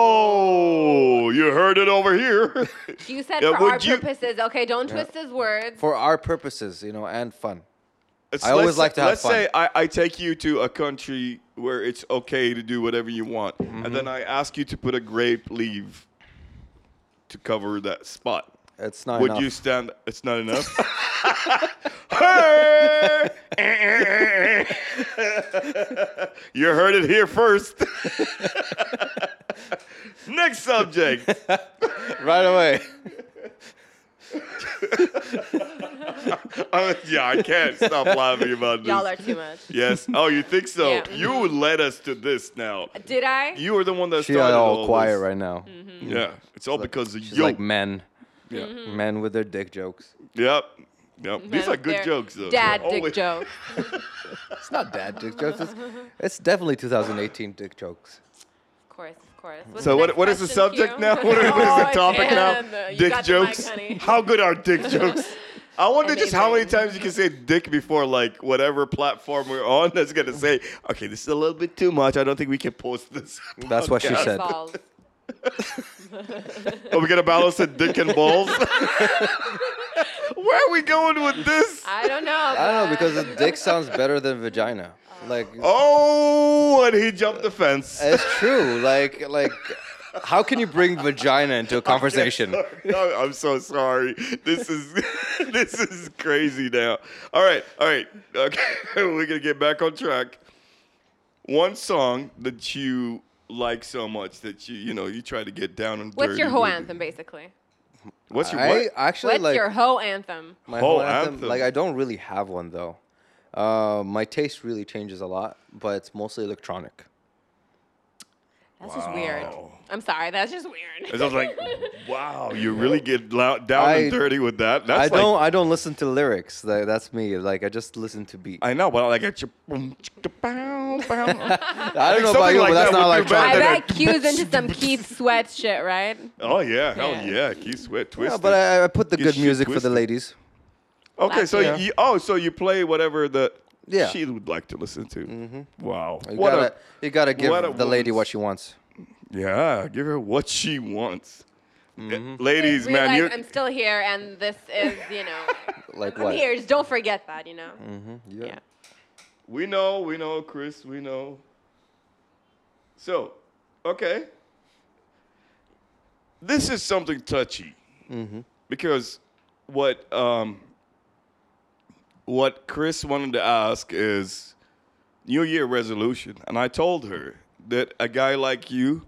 Speaker 1: Oh, you heard it over here. *laughs*
Speaker 2: you said
Speaker 1: Yeah,
Speaker 2: for
Speaker 1: would
Speaker 2: our
Speaker 1: you-
Speaker 2: purposes. Okay, don't twist his words.
Speaker 3: For our purposes, you know, and fun.
Speaker 1: It's-
Speaker 3: I always
Speaker 1: let's-
Speaker 3: like to have
Speaker 1: Let's
Speaker 3: fun.
Speaker 1: say I, I take you to a country where it's okay to do whatever you want,
Speaker 3: Mm-hmm.
Speaker 1: and then I ask you to put a grape leaf to cover that spot.
Speaker 3: It's not
Speaker 1: Would
Speaker 3: enough.
Speaker 1: you stand? It's not enough.
Speaker 3: *laughs*
Speaker 1: Hey! you heard it here
Speaker 3: *laughs*
Speaker 1: first. *laughs* Next subject.
Speaker 3: right away.
Speaker 1: Uh, yeah, I can't stop laughing about this.
Speaker 2: Y'all are too much.
Speaker 1: yes. Oh, you think so?
Speaker 2: Yeah.
Speaker 1: You led us to this now.
Speaker 2: Did I?
Speaker 1: You were the one that
Speaker 3: *laughs* She
Speaker 1: started
Speaker 3: are all
Speaker 1: all
Speaker 3: quiet
Speaker 1: this.
Speaker 3: right now.
Speaker 2: Mm-hmm.
Speaker 1: Yeah, it's all because of
Speaker 3: She's
Speaker 1: you.
Speaker 3: like men.
Speaker 1: "Mm, yeah.
Speaker 2: Hmm.
Speaker 3: Men with their dick jokes.
Speaker 1: Yep. Yep. These
Speaker 2: That
Speaker 1: are
Speaker 2: was
Speaker 1: good
Speaker 2: their
Speaker 1: jokes, though.
Speaker 2: Dad,
Speaker 1: They're
Speaker 2: dick
Speaker 1: always-
Speaker 2: joke.
Speaker 3: It's not dad dick jokes. It's, it's definitely 2018 dick jokes.
Speaker 2: Of course, of course. What's
Speaker 1: So
Speaker 2: the
Speaker 1: what,
Speaker 2: next
Speaker 1: what is the
Speaker 2: question,
Speaker 1: subject
Speaker 2: Q?
Speaker 1: now? *laughs* What is the
Speaker 2: *laughs* Oh,
Speaker 1: topic
Speaker 2: damn,
Speaker 1: now?
Speaker 2: you
Speaker 1: Dick
Speaker 2: got the mic,
Speaker 1: jokes.
Speaker 2: honey.
Speaker 1: how good are dick
Speaker 2: *laughs*
Speaker 1: jokes? I wonder just how many
Speaker 2: Amazing.
Speaker 1: times you can say dick before like whatever platform we're on that's gonna say, okay, this is a little bit too much. I don't think we can post this.
Speaker 3: That's what she
Speaker 1: podcast."
Speaker 3: said.
Speaker 2: Balls.
Speaker 1: Are we gonna balance it dick and balls? Where are we going with this?
Speaker 2: I don't know.
Speaker 3: I don't know because the dick sounds better than vagina. Like
Speaker 1: Oh, and he jumped the fence.
Speaker 3: it's true. Like like how can you bring vagina
Speaker 1: *laughs*
Speaker 3: into a conversation?
Speaker 1: No, I'm so sorry. This is *laughs* this is crazy now. All right, all right. Okay, *laughs* we're gonna get back on track. One song that you like so much that you you know you try to get down and
Speaker 2: What's
Speaker 1: dirty
Speaker 2: your hoe
Speaker 1: with it.
Speaker 2: anthem, basically?
Speaker 1: What's your
Speaker 3: I
Speaker 1: what?
Speaker 3: actually
Speaker 2: What's
Speaker 3: like
Speaker 2: your hoe anthem?
Speaker 3: My
Speaker 1: Whole
Speaker 3: whole anthem,
Speaker 1: anthem.
Speaker 3: like I don't really have one though. Uh, my taste really changes a lot, but it's mostly electronic.
Speaker 2: That's just weird.
Speaker 1: Wow.
Speaker 2: I'm sorry. That's just weird.
Speaker 1: It's just like, wow, you really get lou- down
Speaker 3: I-
Speaker 1: and dirty with that. That's
Speaker 3: I
Speaker 1: like,
Speaker 3: don't I don't listen to lyrics. Like, that's me. Like I just listen to beat. I,
Speaker 1: I know, but I like it's your- boom, chicka, bow,
Speaker 3: *laughs*
Speaker 1: bow.
Speaker 3: don't know
Speaker 1: something
Speaker 3: about you,
Speaker 1: like
Speaker 3: but that's
Speaker 1: that
Speaker 3: not
Speaker 1: would do
Speaker 3: electronic.
Speaker 2: I
Speaker 1: better.
Speaker 2: bet Q's into some Keith Sweat shit, right?
Speaker 1: Oh yeah, hell
Speaker 2: Yeah.
Speaker 1: yeah, Keith Sweat,
Speaker 3: Yeah,
Speaker 1: Twisted.
Speaker 3: but I, I put the
Speaker 1: Get
Speaker 3: good
Speaker 1: shit
Speaker 3: music for the
Speaker 1: twisted.
Speaker 3: ladies.
Speaker 1: Okay, so
Speaker 2: Yeah.
Speaker 1: you, oh, so you play whatever the
Speaker 3: Yeah.
Speaker 1: she would like to listen to. Mm-hmm. Wow,
Speaker 3: You
Speaker 1: what
Speaker 3: gotta
Speaker 1: a,
Speaker 3: you gotta give
Speaker 1: what a
Speaker 3: the lady what
Speaker 1: woman's-
Speaker 3: she wants.
Speaker 1: yeah, give her what she wants.
Speaker 3: Mm-hmm.
Speaker 1: Uh, Ladies, man,
Speaker 2: Realize
Speaker 1: you
Speaker 2: I'm still here, and this is, you know,
Speaker 3: *laughs* Like
Speaker 2: I'm
Speaker 3: what? Mm-hmm,
Speaker 2: here. Just don't forget that, you know.
Speaker 3: Yeah.
Speaker 2: Yeah.
Speaker 1: we know, we know, Chris, we know. So, okay, this is something touchy because what um, what Chris wanted to ask is New Year resolution, and I told her that a guy like you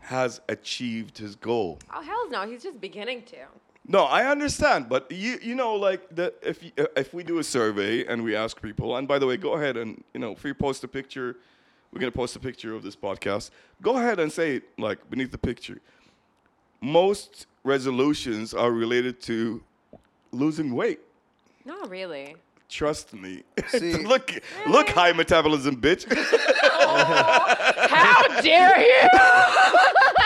Speaker 1: has achieved his goal.
Speaker 2: Oh hell no, he's just beginning to.
Speaker 1: No, I understand, but you you know like the if y- uh, if we do a survey and we ask people, and by the way, go ahead and you know if you post a picture, we're gonna post a picture of this podcast. Go ahead and say it like beneath the picture. Most resolutions are related to losing weight.
Speaker 2: Not
Speaker 3: *laughs*
Speaker 2: really.
Speaker 1: Trust me. *laughs*
Speaker 3: See-
Speaker 1: look look high metabolism, bitch. *laughs*
Speaker 2: Oh, How dare you?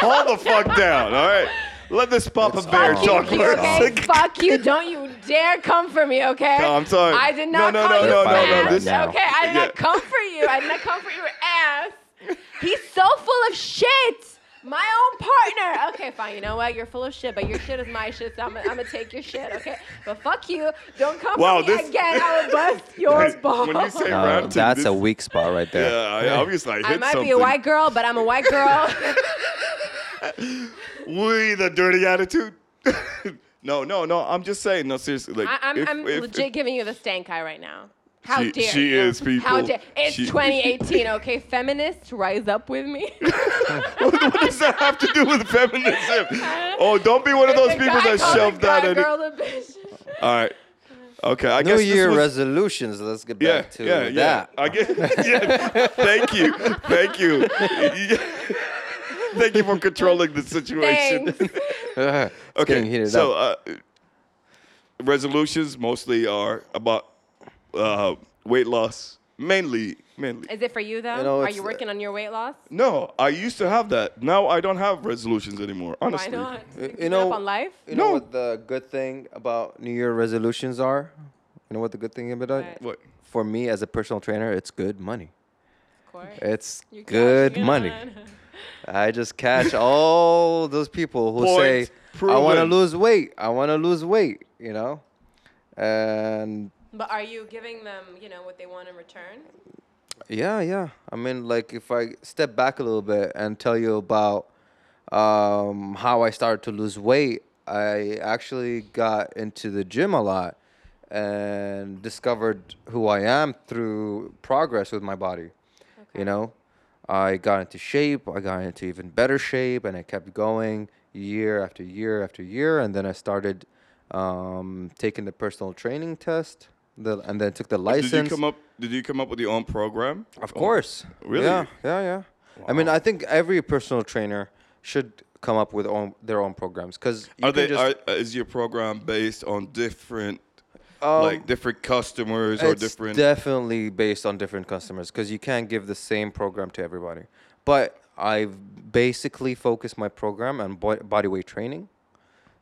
Speaker 1: Hold the fuck down. All right. Let this Papa
Speaker 3: It's
Speaker 1: Bear
Speaker 3: off.
Speaker 1: talk
Speaker 2: Fuck
Speaker 1: for
Speaker 2: you,
Speaker 1: a *laughs*
Speaker 2: okay?
Speaker 1: second.
Speaker 2: Fuck you. Don't you dare come for me, okay?
Speaker 1: No, I'm sorry.
Speaker 2: I did not
Speaker 1: No, no,
Speaker 2: come
Speaker 1: no,
Speaker 2: for
Speaker 1: no,
Speaker 2: your
Speaker 1: no, no,
Speaker 2: ass,
Speaker 1: this-
Speaker 2: okay? I did not
Speaker 1: Yeah.
Speaker 2: come for you. I did not come for your ass. He's so full of shit. My own partner. Okay, fine. You know what? You're full of shit, but your shit is my shit, so I'm, I'm gonna take your shit, okay? But fuck you. Don't come
Speaker 1: Wow,
Speaker 2: for me
Speaker 1: this-
Speaker 2: again.
Speaker 1: *laughs*
Speaker 2: I will bust your balls.
Speaker 1: When you say *laughs*
Speaker 3: No,
Speaker 1: round two,
Speaker 3: Uh, that's
Speaker 1: this-
Speaker 3: a weak spot right there.
Speaker 1: Yeah, I, obviously I hit
Speaker 2: I might
Speaker 1: something.
Speaker 2: be a white girl, but I'm a white
Speaker 1: *laughs*
Speaker 2: girl. *laughs*
Speaker 1: We the dirty attitude. *laughs* no, no, no. I'm just saying. No, seriously. Like,
Speaker 2: I, I'm,
Speaker 1: if-
Speaker 2: I'm
Speaker 1: if-
Speaker 2: legit giving you the stank eye right now. How
Speaker 1: She-
Speaker 2: dare
Speaker 1: she
Speaker 2: you?
Speaker 1: is,
Speaker 2: How
Speaker 1: people.
Speaker 2: dare? It's
Speaker 1: She- *laughs*
Speaker 2: 2018, okay? Feminists, rise up with me.
Speaker 1: *laughs* what does that have to do
Speaker 2: *laughs*
Speaker 1: with feminism? Oh, don't be one of *laughs* those
Speaker 2: The
Speaker 1: people
Speaker 2: guy
Speaker 1: that
Speaker 2: called
Speaker 1: shoved
Speaker 2: the
Speaker 1: that. e-
Speaker 2: guy
Speaker 1: in.
Speaker 2: Girl, a
Speaker 1: *laughs*
Speaker 2: bitch.
Speaker 1: All right. Okay. I
Speaker 3: New
Speaker 1: guess
Speaker 3: Year
Speaker 1: this was,
Speaker 3: resolutions. Let's get
Speaker 1: Yeah,
Speaker 3: back to
Speaker 1: yeah, yeah.
Speaker 3: that.
Speaker 1: I guess. *laughs* Yeah. Thank you. Thank
Speaker 2: *laughs*
Speaker 1: you. *laughs* Thank you for controlling the situation.
Speaker 2: Thanks.
Speaker 1: *laughs* okay.
Speaker 3: getting heated
Speaker 1: so Uh, resolutions mostly are about uh, weight loss, mainly, mainly.
Speaker 2: *laughs* Is it for you though?
Speaker 3: You know,
Speaker 2: Are
Speaker 3: it's,
Speaker 2: you
Speaker 3: uh,
Speaker 2: working on your weight loss?
Speaker 1: No, I used to have that. Now I don't have resolutions anymore. *laughs*
Speaker 2: Why
Speaker 1: Honestly.
Speaker 2: not?
Speaker 3: Y-
Speaker 2: Give up on life.
Speaker 3: You know
Speaker 1: No.
Speaker 3: what the good thing about New Year resolutions are? You know what the good thing about it?
Speaker 2: What?
Speaker 1: What?
Speaker 3: For me as a personal trainer, it's good money.
Speaker 2: Of course.
Speaker 3: It's
Speaker 2: You're
Speaker 3: good
Speaker 2: cashing in
Speaker 3: money.
Speaker 2: on-
Speaker 3: I just catch all those people who say,
Speaker 1: Point
Speaker 3: "I want to
Speaker 1: proven."
Speaker 3: lose weight. I want to lose weight." You know, and
Speaker 2: *laughs* But are you giving them, you know, what they want in return?
Speaker 3: Yeah, yeah. I mean, like if I step back a little bit and tell you about um, how I started to lose weight, I actually got into the gym a lot and discovered who I am through progress with my body. You know, I got into shape. I got into even better shape, and I kept going year after year after year. And then I started um, taking the personal training test, the, and then took the license.
Speaker 1: Did you come up? Did you come up with your own program?
Speaker 3: Of course.
Speaker 1: Oh, really?
Speaker 3: Yeah, yeah, yeah. I mean, I think every personal trainer should come up with own, their own programs because
Speaker 1: Are they? are, is your program based on different, like different customers or
Speaker 3: Um, it's
Speaker 1: different?
Speaker 3: definitely based on different customers because you can't give the same program to everybody. But I've basically focused my program on bo- body weight training.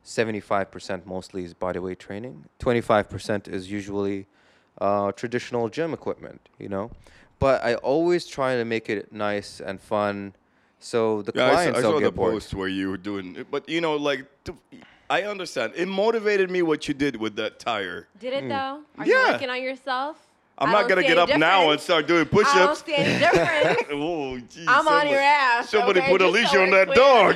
Speaker 3: 75% mostly is body weight training. 25% is usually uh, traditional gym equipment, you know. But I always try to make it nice and fun so the
Speaker 1: Yeah, I saw,
Speaker 3: clients
Speaker 1: I
Speaker 3: don't
Speaker 1: saw
Speaker 3: get
Speaker 1: the
Speaker 3: bored.
Speaker 1: post where you were doing, it, but you know, like, to, I understand. It motivated me what you did with that tire.
Speaker 2: Did
Speaker 3: Hmm.
Speaker 2: it though? Are
Speaker 1: Yeah.
Speaker 2: you working on yourself?
Speaker 1: I'm
Speaker 2: I
Speaker 1: not
Speaker 2: don't
Speaker 1: gonna
Speaker 2: see
Speaker 1: get up
Speaker 2: any
Speaker 1: now and
Speaker 2: difference.
Speaker 1: start doing
Speaker 2: I don't
Speaker 1: push-ups.
Speaker 2: see any difference.
Speaker 1: *laughs* Oh, geez,
Speaker 2: I'm on
Speaker 1: somebody-
Speaker 2: your ass,
Speaker 1: Somebody
Speaker 2: okay?
Speaker 1: put a
Speaker 2: Just
Speaker 1: leash
Speaker 2: so
Speaker 1: on
Speaker 2: we're
Speaker 1: that dog.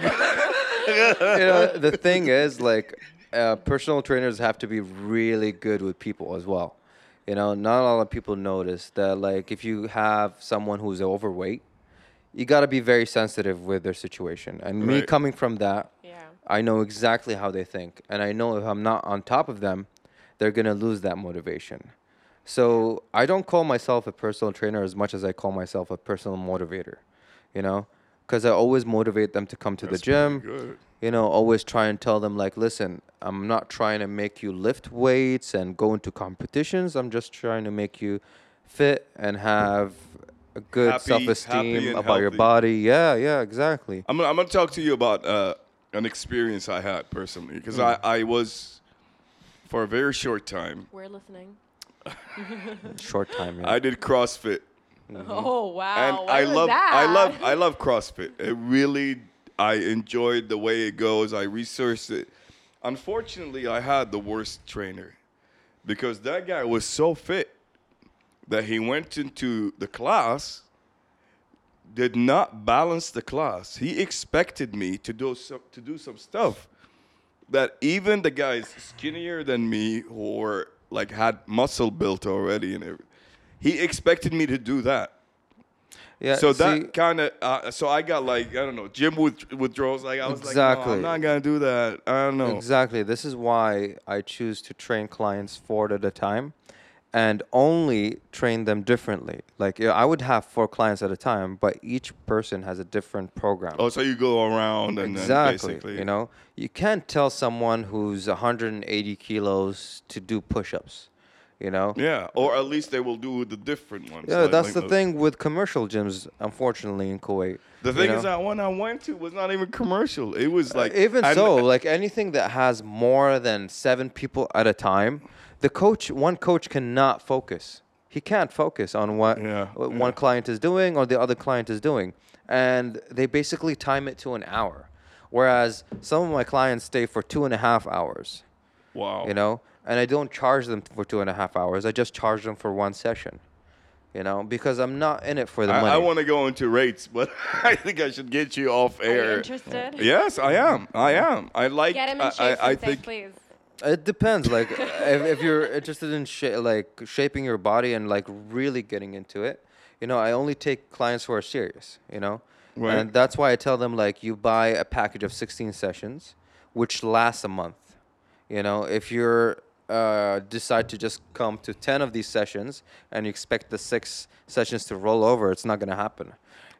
Speaker 3: you know, the thing is, like, uh, personal trainers have to be really good with people as well. You know, not a lot of people notice that, like, if you have someone who's overweight, you got to be very sensitive with their situation. And me
Speaker 1: Right.
Speaker 3: coming from that,
Speaker 2: Yeah.
Speaker 3: I know exactly how they think. And I know if I'm not on top of them, they're going to lose that motivation. So I don't call myself a personal trainer as much as I call myself a personal motivator, you know, because I always motivate them to come to the gym
Speaker 1: *laughs* Good.
Speaker 3: you know, always try and tell them like, listen, I'm not trying to make you lift weights and go into competitions. I'm just trying to make you fit and have a good
Speaker 1: Happy-
Speaker 3: self-esteem
Speaker 1: happy and
Speaker 3: about your
Speaker 1: healthy.
Speaker 3: body. Yeah, yeah, exactly.
Speaker 1: I'm gonna, I'm gonna talk to you about uh, an experience I had personally because I, I was for a very short time
Speaker 2: We're listening.
Speaker 3: Short time. Yeah.
Speaker 1: Uh, I did CrossFit
Speaker 2: Oh wow!
Speaker 1: Mm-hmm. and
Speaker 2: When
Speaker 1: I
Speaker 2: was
Speaker 1: love
Speaker 2: that?
Speaker 1: I love
Speaker 2: *laughs*
Speaker 1: I love CrossFit. It really I enjoyed the way it goes. I researched it. Unfortunately, I had the worst trainer because that guy was so fit that he went into the class did not balance the class. He expected me to do some, to do some stuff that even the guys skinnier than me who were like had muscle built already and everything. He expected me to do that.
Speaker 3: Yeah,
Speaker 1: so
Speaker 3: see-
Speaker 1: that kind of uh, so I got like I don't know gym with withdrawals. Like I was like, no,
Speaker 3: Exactly.
Speaker 1: I'm not gonna do that. I don't know.
Speaker 3: Exactly. This is why I choose to train clients four at a time and only train them differently. Like yeah, I would have four clients at a time, but each person has a different program.
Speaker 1: Oh, so you go around and then
Speaker 3: exactly.
Speaker 1: basically
Speaker 3: You know, you can't tell someone who's 180 kilos to do push-ups, you know?
Speaker 1: Yeah, or at least they will do the different ones.
Speaker 3: Yeah,
Speaker 1: like-
Speaker 3: that's
Speaker 1: like uh,
Speaker 3: the thing with commercial gyms, unfortunately, in Kuwait.
Speaker 1: The
Speaker 3: you
Speaker 1: thing
Speaker 3: know? Uh,
Speaker 1: is, that one I went to was not even commercial. It was like
Speaker 3: even
Speaker 1: and-
Speaker 3: so, like anything that has more than seven people at a time, the coach, one coach cannot focus. He can't focus on what
Speaker 1: Yeah,
Speaker 3: what one client is doing or the other client is doing, and they basically time it to an hour. Whereas some of my clients stay for two and a half hours,
Speaker 1: Wow.
Speaker 3: you know, and I don't charge them for two and a half hours. I just charge them for one session, you know, because I'm not in it for the money.
Speaker 1: I, I want to go into rates, *laughs* but I think I should get you off
Speaker 2: Are you
Speaker 1: air.
Speaker 2: interested?
Speaker 1: Yes, I
Speaker 3: Mm-hmm.
Speaker 1: am. I am. I like.
Speaker 2: Get him
Speaker 1: I,
Speaker 2: in shape
Speaker 1: I, I
Speaker 2: Sensei,
Speaker 1: think.
Speaker 2: please.
Speaker 3: It depends. Like, if, if you're interested in sha- like shaping your body and like really getting into it, you know, I only take clients who are serious. You know,
Speaker 1: Right.
Speaker 3: and that's why I tell them like you buy a package of 16 sessions, which lasts a month. You know, if you're uh, decide to just come to 10 of these sessions and you expect the six sessions to roll over, it's not gonna happen. you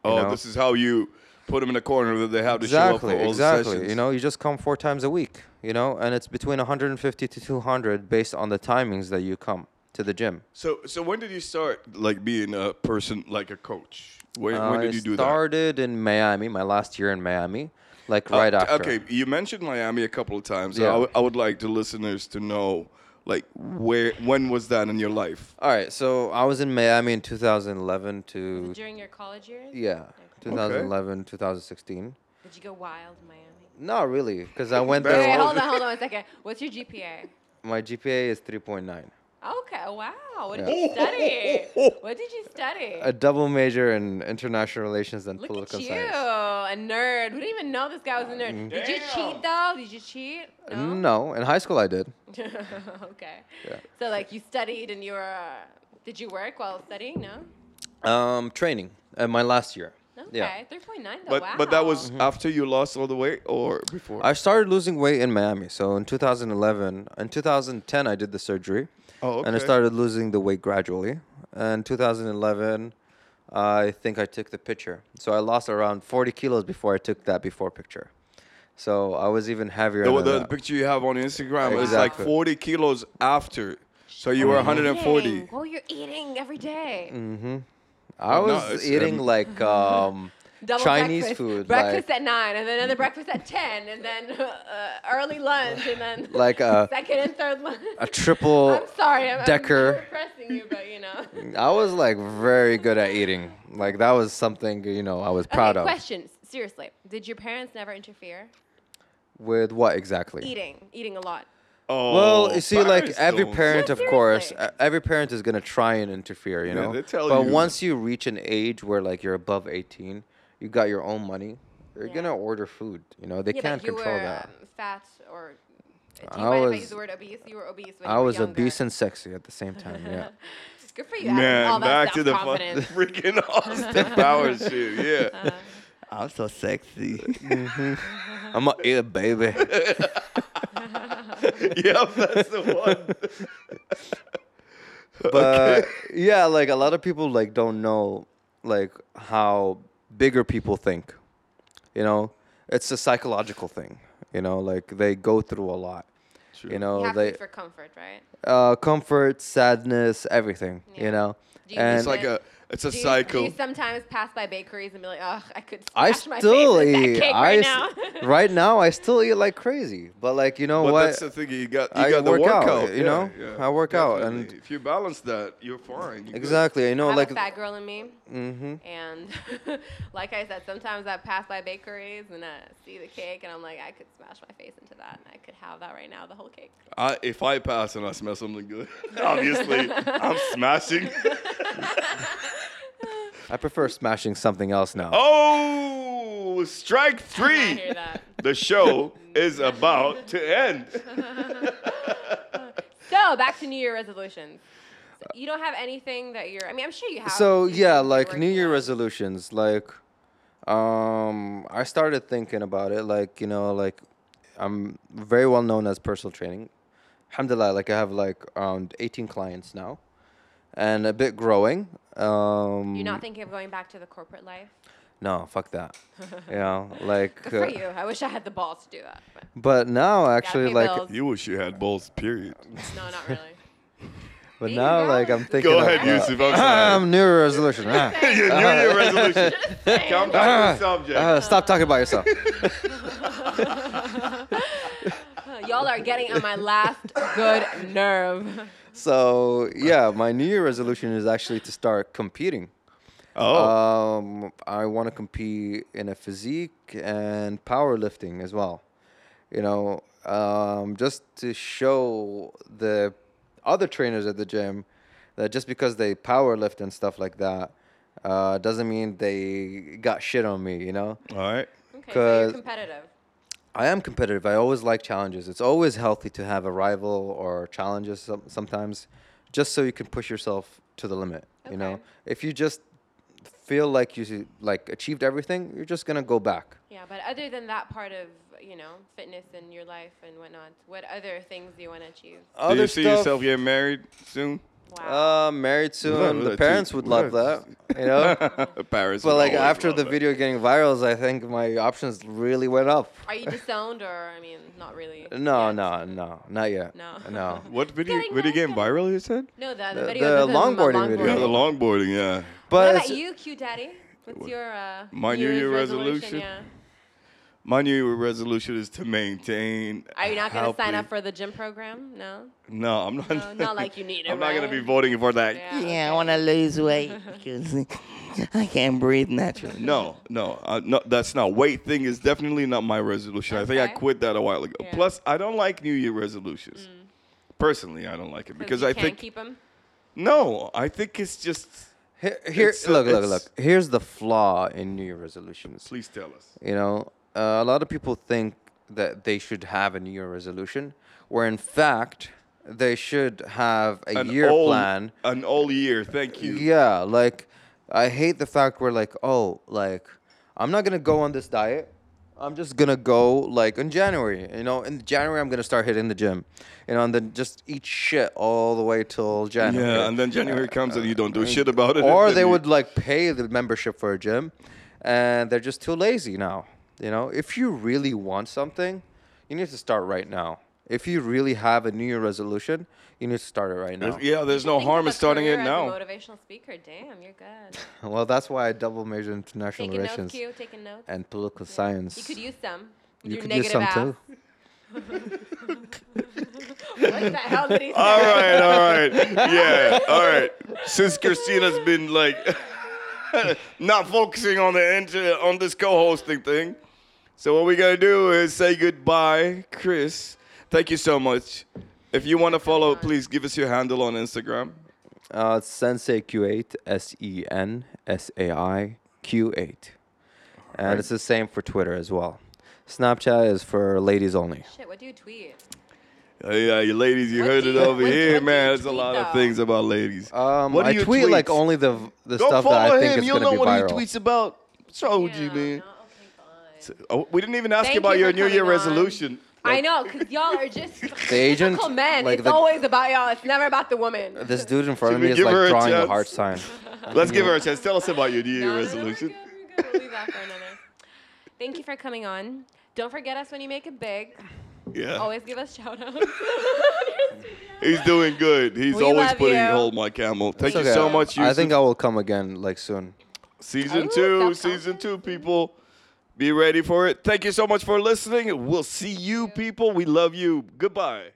Speaker 1: Oh,
Speaker 3: know?
Speaker 1: this is how you put them in a corner that they have to
Speaker 3: exactly,
Speaker 1: show up for all the
Speaker 3: exactly.
Speaker 1: sessions.
Speaker 3: You know, you just come four times a week. You know, and it's between 150 to 200 based on the timings that you come to the gym.
Speaker 1: So, so when did you start like being a person like a coach? When, when did
Speaker 3: Uh, I
Speaker 1: you do that?
Speaker 3: started in Miami, my last year in Miami, like right
Speaker 1: Uh, t-
Speaker 3: after.
Speaker 1: Okay, you mentioned Miami a couple of times. So I
Speaker 3: Yeah.
Speaker 1: w- I would like the listeners to know, like, where, when was that in your life?
Speaker 3: All right, so I was in Miami in 2011 to
Speaker 2: During your college years?
Speaker 3: yeah, 2011, 2016.
Speaker 2: Did you go wild in Miami?
Speaker 3: Not really,
Speaker 1: *laughs*
Speaker 3: because I went
Speaker 1: That's
Speaker 2: Wait,
Speaker 3: there.
Speaker 1: all-
Speaker 2: hold on, hold on one second. What's your GPA?
Speaker 3: My GPA is 3.9.
Speaker 2: Okay, wow. What did
Speaker 3: Yeah.
Speaker 2: you
Speaker 1: *laughs*
Speaker 2: study? What did you study?
Speaker 3: A double major in international relations and
Speaker 2: Look
Speaker 3: political
Speaker 2: at you,
Speaker 3: science.
Speaker 2: a nerd. We didn't even know this guy was a
Speaker 1: Mm-hmm.
Speaker 2: nerd. Did you cheat though? Did you cheat?
Speaker 3: No, in high school I did.
Speaker 2: *laughs* okay. So like you studied and you were. Uh, did you work while studying? No.
Speaker 3: Um, training uh, my last year.
Speaker 2: Okay.
Speaker 3: Yeah.
Speaker 2: Three point nine. Though.
Speaker 1: But
Speaker 2: Oh, wow.
Speaker 1: but that was after you lost all the weight or before?
Speaker 3: I started losing weight in Miami. So in 2011, in 2010, I did the surgery.
Speaker 1: Oh,
Speaker 3: And I
Speaker 1: okay.
Speaker 3: started losing the weight gradually. And 2011, I think I took the picture. So I lost around 40 kilos before I took that before picture. So I was even heavier.
Speaker 1: the,
Speaker 3: than
Speaker 1: the
Speaker 3: that.
Speaker 1: picture you have on Instagram is like
Speaker 3: Exactly.
Speaker 1: 40 kilos after. So you
Speaker 2: Oh,
Speaker 1: were 140.
Speaker 2: Eating. What were you eating every day?
Speaker 3: Mm. Mm-hmm. I
Speaker 1: no,
Speaker 3: was
Speaker 1: it's,
Speaker 3: eating
Speaker 1: um,
Speaker 3: like um, Chinese
Speaker 2: breakfast,
Speaker 3: food,
Speaker 2: Breakfast
Speaker 3: like
Speaker 2: at nine, and then another breakfast at ten, and then uh, early lunch, and then
Speaker 3: *laughs* Like a-
Speaker 2: second and third lunch.
Speaker 3: a triple.
Speaker 2: I'm sorry, I'm,
Speaker 3: decker.
Speaker 2: I'm pressing you, but you
Speaker 3: *laughs*
Speaker 2: know.
Speaker 3: I was like very good at eating. Like that was something you know I was proud
Speaker 2: okay,
Speaker 3: of.
Speaker 2: Questions. Seriously, did your parents never interfere?
Speaker 3: With what exactly?
Speaker 2: Eating, eating a lot.
Speaker 1: Oh,
Speaker 3: Well, you see, like
Speaker 1: Paris
Speaker 3: every
Speaker 1: don't.
Speaker 3: parent,
Speaker 2: No,
Speaker 3: of course,
Speaker 2: seriously.
Speaker 3: e- every parent is gonna try and interfere, you
Speaker 1: Yeah,
Speaker 3: know.
Speaker 1: they tell
Speaker 3: but
Speaker 1: you.
Speaker 3: once you reach an age where like you're above 18, you got your own money. You're
Speaker 2: Yeah.
Speaker 3: gonna order food, you know. They
Speaker 2: Yeah,
Speaker 3: can't
Speaker 2: but you
Speaker 3: control
Speaker 2: were
Speaker 3: that.
Speaker 2: Um, fat or. Do you
Speaker 3: I
Speaker 2: mind if I
Speaker 3: was-
Speaker 2: use the word obese? You were obese when
Speaker 3: I
Speaker 2: you were
Speaker 3: was
Speaker 2: younger.
Speaker 3: obese and sexy at the same time.
Speaker 2: *laughs*
Speaker 3: Yeah.
Speaker 2: Good for you. having all
Speaker 1: Man,
Speaker 2: that
Speaker 1: back to the fu-
Speaker 3: *laughs*
Speaker 2: self-confidence.
Speaker 1: *laughs* freaking
Speaker 2: *laughs*
Speaker 1: Austin Powers shit. Yeah.
Speaker 4: I'm so sexy.
Speaker 3: I'm a ear baby.
Speaker 1: *laughs* yep, that's the
Speaker 3: *laughs*
Speaker 1: one.
Speaker 3: *laughs* but yeah, like a lot of people like don't know like how bigger people think. You know, it's a psychological thing. You know, like they go through a lot. You know,
Speaker 2: you have
Speaker 3: Oh, they
Speaker 2: food for comfort, right?
Speaker 3: uh, comfort, sadness, everything.
Speaker 2: Yeah.
Speaker 3: You know,
Speaker 2: Do you
Speaker 3: and
Speaker 1: It's like a it's a
Speaker 2: Do you,
Speaker 1: cycle.
Speaker 2: Do you sometimes pass by bakeries and be like, "Ugh, I could
Speaker 3: I
Speaker 2: smash my face
Speaker 3: still
Speaker 2: with that
Speaker 3: eat.
Speaker 2: cake
Speaker 3: I
Speaker 2: right
Speaker 3: s-
Speaker 2: *laughs* now."
Speaker 3: *laughs* right now I still eat like crazy. But like you know
Speaker 1: but
Speaker 3: what?
Speaker 1: that's the thing you got you
Speaker 3: I
Speaker 1: got the
Speaker 3: work out,
Speaker 1: workout.
Speaker 3: you know? I work out and-
Speaker 1: definitely. if you balance that, you're fine. You're
Speaker 3: exactly. You know,
Speaker 2: I have
Speaker 3: like mm. mm-hmm.
Speaker 2: a fat girl in me, and *laughs* like I said, sometimes I pass by bakeries and I see the cake, and I'm like, I could smash my face into that, and I could have that right now, the whole cake. *laughs*
Speaker 1: Good. I, if I pass and I smell something good, *laughs* obviously I'm
Speaker 2: *laughs*
Speaker 1: smashing.
Speaker 3: I prefer smashing something else now.
Speaker 1: Oh, strike
Speaker 2: I
Speaker 1: three.
Speaker 2: hear that.
Speaker 1: The
Speaker 2: *laughs*
Speaker 1: show is about to end.
Speaker 2: So back to New Year resolutions. you don't have anything that you're. I mean, I'm sure you have.
Speaker 3: so
Speaker 2: you do
Speaker 3: yeah
Speaker 2: if you're
Speaker 3: like new
Speaker 2: working
Speaker 3: year
Speaker 2: out.
Speaker 3: resolutions like um i started thinking about it like you know like i'm very well known as personal training alhamdulillah like i have like around 18 clients now and a bit growing um
Speaker 2: You're not thinking of going back to the corporate life.
Speaker 3: no fuck
Speaker 2: *laughs*
Speaker 3: that you know like
Speaker 2: Good for
Speaker 3: uh,
Speaker 2: you. I wish I had the balls to do that. But
Speaker 3: but now actually
Speaker 2: pay
Speaker 3: like
Speaker 2: bills.
Speaker 1: You wish you had balls, period.
Speaker 2: no, not really.
Speaker 3: but
Speaker 2: There you
Speaker 3: now
Speaker 2: go.
Speaker 3: like i'm thinking
Speaker 1: Go
Speaker 3: of,
Speaker 1: ahead,
Speaker 3: uh,
Speaker 1: Yusuf.
Speaker 3: *laughs*
Speaker 1: I'm sorry.
Speaker 3: um, new year resolution
Speaker 2: *laughs*
Speaker 3: ah.
Speaker 1: Your New
Speaker 2: Uh-huh.
Speaker 1: Year resolution. Come back to the subject.
Speaker 3: Uh, stop talking about yourself
Speaker 2: Y'all are getting on my last good nerve. *laughs*
Speaker 3: so yeah my new year resolution is actually to start competing
Speaker 1: oh,
Speaker 2: Uh,
Speaker 3: Um, I want to compete in a physique and powerlifting as well. You know, um, just to show the other trainers at the gym that just because they powerlift and stuff like that uh, doesn't mean they got shit on me. You know,
Speaker 1: all right.
Speaker 2: Okay, so you're
Speaker 3: 'Cause-
Speaker 2: competitive.
Speaker 3: I am competitive. I always like challenges. It's always healthy to have a rival or challenges some, sometimes, just so you can push yourself to the limit. You know,
Speaker 2: Okay.
Speaker 3: if you just feel like you like achieved everything, you're just gonna go back.
Speaker 2: Yeah, but other than that part of you know fitness and your life and whatnot, what other things do you want to achieve?
Speaker 1: Do you see yourself getting married soon?
Speaker 2: Wow.
Speaker 3: Uh, married soon.
Speaker 1: Well,
Speaker 3: The
Speaker 1: that's
Speaker 3: parents
Speaker 1: it.
Speaker 3: would
Speaker 1: Well,
Speaker 3: love that. You
Speaker 1: *laughs*
Speaker 3: know.
Speaker 1: Paris.
Speaker 3: But
Speaker 1: would
Speaker 3: like
Speaker 1: always
Speaker 3: after
Speaker 1: love
Speaker 3: the
Speaker 1: it.
Speaker 3: video getting virals, I think my options really went up.
Speaker 2: are you disowned or I mean, not really?
Speaker 3: *laughs* No,
Speaker 2: yet?
Speaker 3: no, no, not yet.
Speaker 2: No. *laughs*
Speaker 3: no.
Speaker 1: What video?
Speaker 2: Getting
Speaker 1: Video game
Speaker 2: married.
Speaker 1: viral? You said.
Speaker 2: No, the, the,
Speaker 3: The-
Speaker 2: video.
Speaker 3: the
Speaker 2: the- the-
Speaker 3: longboarding video.
Speaker 1: Yeah,
Speaker 3: Yeah.
Speaker 1: the longboarding. Yeah.
Speaker 3: But
Speaker 2: What
Speaker 3: it's-
Speaker 2: about you, cute daddy? What's your uh,
Speaker 1: My New
Speaker 2: Year's
Speaker 1: Year resolution?
Speaker 2: Yeah.
Speaker 1: My New Year resolution is to maintain.
Speaker 2: Are you not going to sign
Speaker 1: healthy-
Speaker 2: up for the gym program? No.
Speaker 1: No, I'm not.
Speaker 2: No,
Speaker 1: *laughs*
Speaker 2: not like you need it.
Speaker 1: I'm not gonna be
Speaker 2: right?
Speaker 1: voting for that.
Speaker 2: Yeah.
Speaker 4: Yeah, I want to lose weight because *laughs* I can't breathe naturally.
Speaker 1: *laughs* No, no, uh, no, that's not. Weight thing is definitely not my resolution. I think
Speaker 2: Okay.
Speaker 1: I quit that a while ago.
Speaker 2: Yeah. Mm.
Speaker 1: Plus, I don't like New Year resolutions. Personally, I don't like it because
Speaker 2: you
Speaker 1: I
Speaker 2: can't
Speaker 1: think
Speaker 2: keep 'em?
Speaker 1: no, I think it's just.
Speaker 3: here, here
Speaker 1: It's, uh,
Speaker 3: look, look,
Speaker 1: it's-
Speaker 3: look. Here's the flaw in New Year resolutions.
Speaker 1: Please tell us.
Speaker 3: You know, uh, a lot of people think that they should have a New Year resolution, where in fact they should have a year
Speaker 1: all,
Speaker 3: plan.
Speaker 1: An all year. Thank you.
Speaker 3: Yeah, like I hate the fact we're like, oh, like I'm not gonna go on this diet. I'm just gonna go like in January. You know, in January I'm gonna start hitting the gym. You know, and then just eat shit all the way till January. Uh,
Speaker 1: Yeah, and then January comes and you don't do shit about it.
Speaker 3: Or
Speaker 1: and
Speaker 3: they
Speaker 1: you-
Speaker 3: would like pay the membership for a gym, and they're just too lazy now. You know, if you really want something, you need to start right now. If you really have a New Year resolution, you need to start it right now.
Speaker 1: Yeah, there's no
Speaker 2: Think
Speaker 1: harm
Speaker 2: of
Speaker 1: in
Speaker 2: a
Speaker 1: starting it
Speaker 2: career as a
Speaker 1: now.
Speaker 2: motivational speaker. Damn, you're good.
Speaker 3: Well, that's why I double majored in international
Speaker 2: Taking notes,
Speaker 3: relations
Speaker 2: Q. Taking notes.
Speaker 3: and political
Speaker 2: You
Speaker 3: science.
Speaker 2: could use some. with
Speaker 3: You
Speaker 2: your
Speaker 3: could use
Speaker 2: negative ass.
Speaker 3: some too.
Speaker 2: *laughs* What the hell did he say?
Speaker 1: All right, all
Speaker 2: *laughs*
Speaker 1: right. Yeah, all right. Since Christina's been like *laughs* not focusing on the inter- on this co-hosting thing, so what we gonna do is say goodbye, Chris. Thank you so much. If you want to follow, please give us your handle on Instagram.
Speaker 3: Uh, it's Sensei Q8, S E N S A I Q8. And it's the same for Twitter as well. Snapchat is for ladies only.
Speaker 2: Shit, what do you tweet?
Speaker 1: Uh, yeah, you ladies, you
Speaker 2: What
Speaker 1: heard
Speaker 2: do
Speaker 1: it
Speaker 2: you-
Speaker 1: over
Speaker 2: what-
Speaker 1: here,
Speaker 2: what do
Speaker 1: man.
Speaker 2: you
Speaker 1: There's a
Speaker 2: tweet,
Speaker 1: lot of
Speaker 2: though?
Speaker 1: things about ladies.
Speaker 3: Um,
Speaker 1: What do
Speaker 3: I
Speaker 1: you
Speaker 3: tweet, like
Speaker 1: tweet?
Speaker 3: only the the
Speaker 1: Go
Speaker 3: stuff
Speaker 1: follow
Speaker 3: that I
Speaker 1: him.
Speaker 3: think is
Speaker 1: You'll
Speaker 3: going
Speaker 1: know
Speaker 3: to be
Speaker 1: what
Speaker 3: viral.
Speaker 1: he tweets about. What's wrong with you,
Speaker 2: Yeah,
Speaker 1: man?
Speaker 2: no, okay, fine.
Speaker 1: Oh, we didn't even ask
Speaker 2: Thank
Speaker 1: you about
Speaker 2: you
Speaker 1: your
Speaker 2: for
Speaker 1: New Year
Speaker 2: coming on.
Speaker 1: resolution.
Speaker 2: I know, because y'all are just the
Speaker 3: agent,
Speaker 2: men.
Speaker 3: like
Speaker 2: it's
Speaker 3: the-
Speaker 2: always about y'all. It's never about the woman.
Speaker 3: This dude in front
Speaker 1: Should
Speaker 3: of
Speaker 1: we
Speaker 3: me is
Speaker 1: give
Speaker 3: like
Speaker 1: her a
Speaker 3: drawing a
Speaker 1: chance?
Speaker 3: heart sign.
Speaker 1: Let's give her a chance. Tell us about your New
Speaker 2: No,
Speaker 1: Year
Speaker 2: no, no,
Speaker 1: resolution.
Speaker 2: we're good, we're good. We'll leave that for another. Thank you for coming on. Don't forget us when you make it big.
Speaker 1: Yeah.
Speaker 2: Always give us shout *laughs* outs.
Speaker 1: He's doing good. He's
Speaker 2: We
Speaker 1: always
Speaker 2: love
Speaker 1: putting
Speaker 2: you.
Speaker 1: hold my camel. Thank
Speaker 3: It's
Speaker 1: you
Speaker 3: okay.
Speaker 1: so much.
Speaker 3: I
Speaker 1: Yusuf.
Speaker 3: think I will come again like soon.
Speaker 1: season
Speaker 2: Ooh,
Speaker 1: two,
Speaker 2: self-confidence.
Speaker 1: season two, people. Be ready for it. Thank you so much for listening. We'll see you, people. We love you. Goodbye.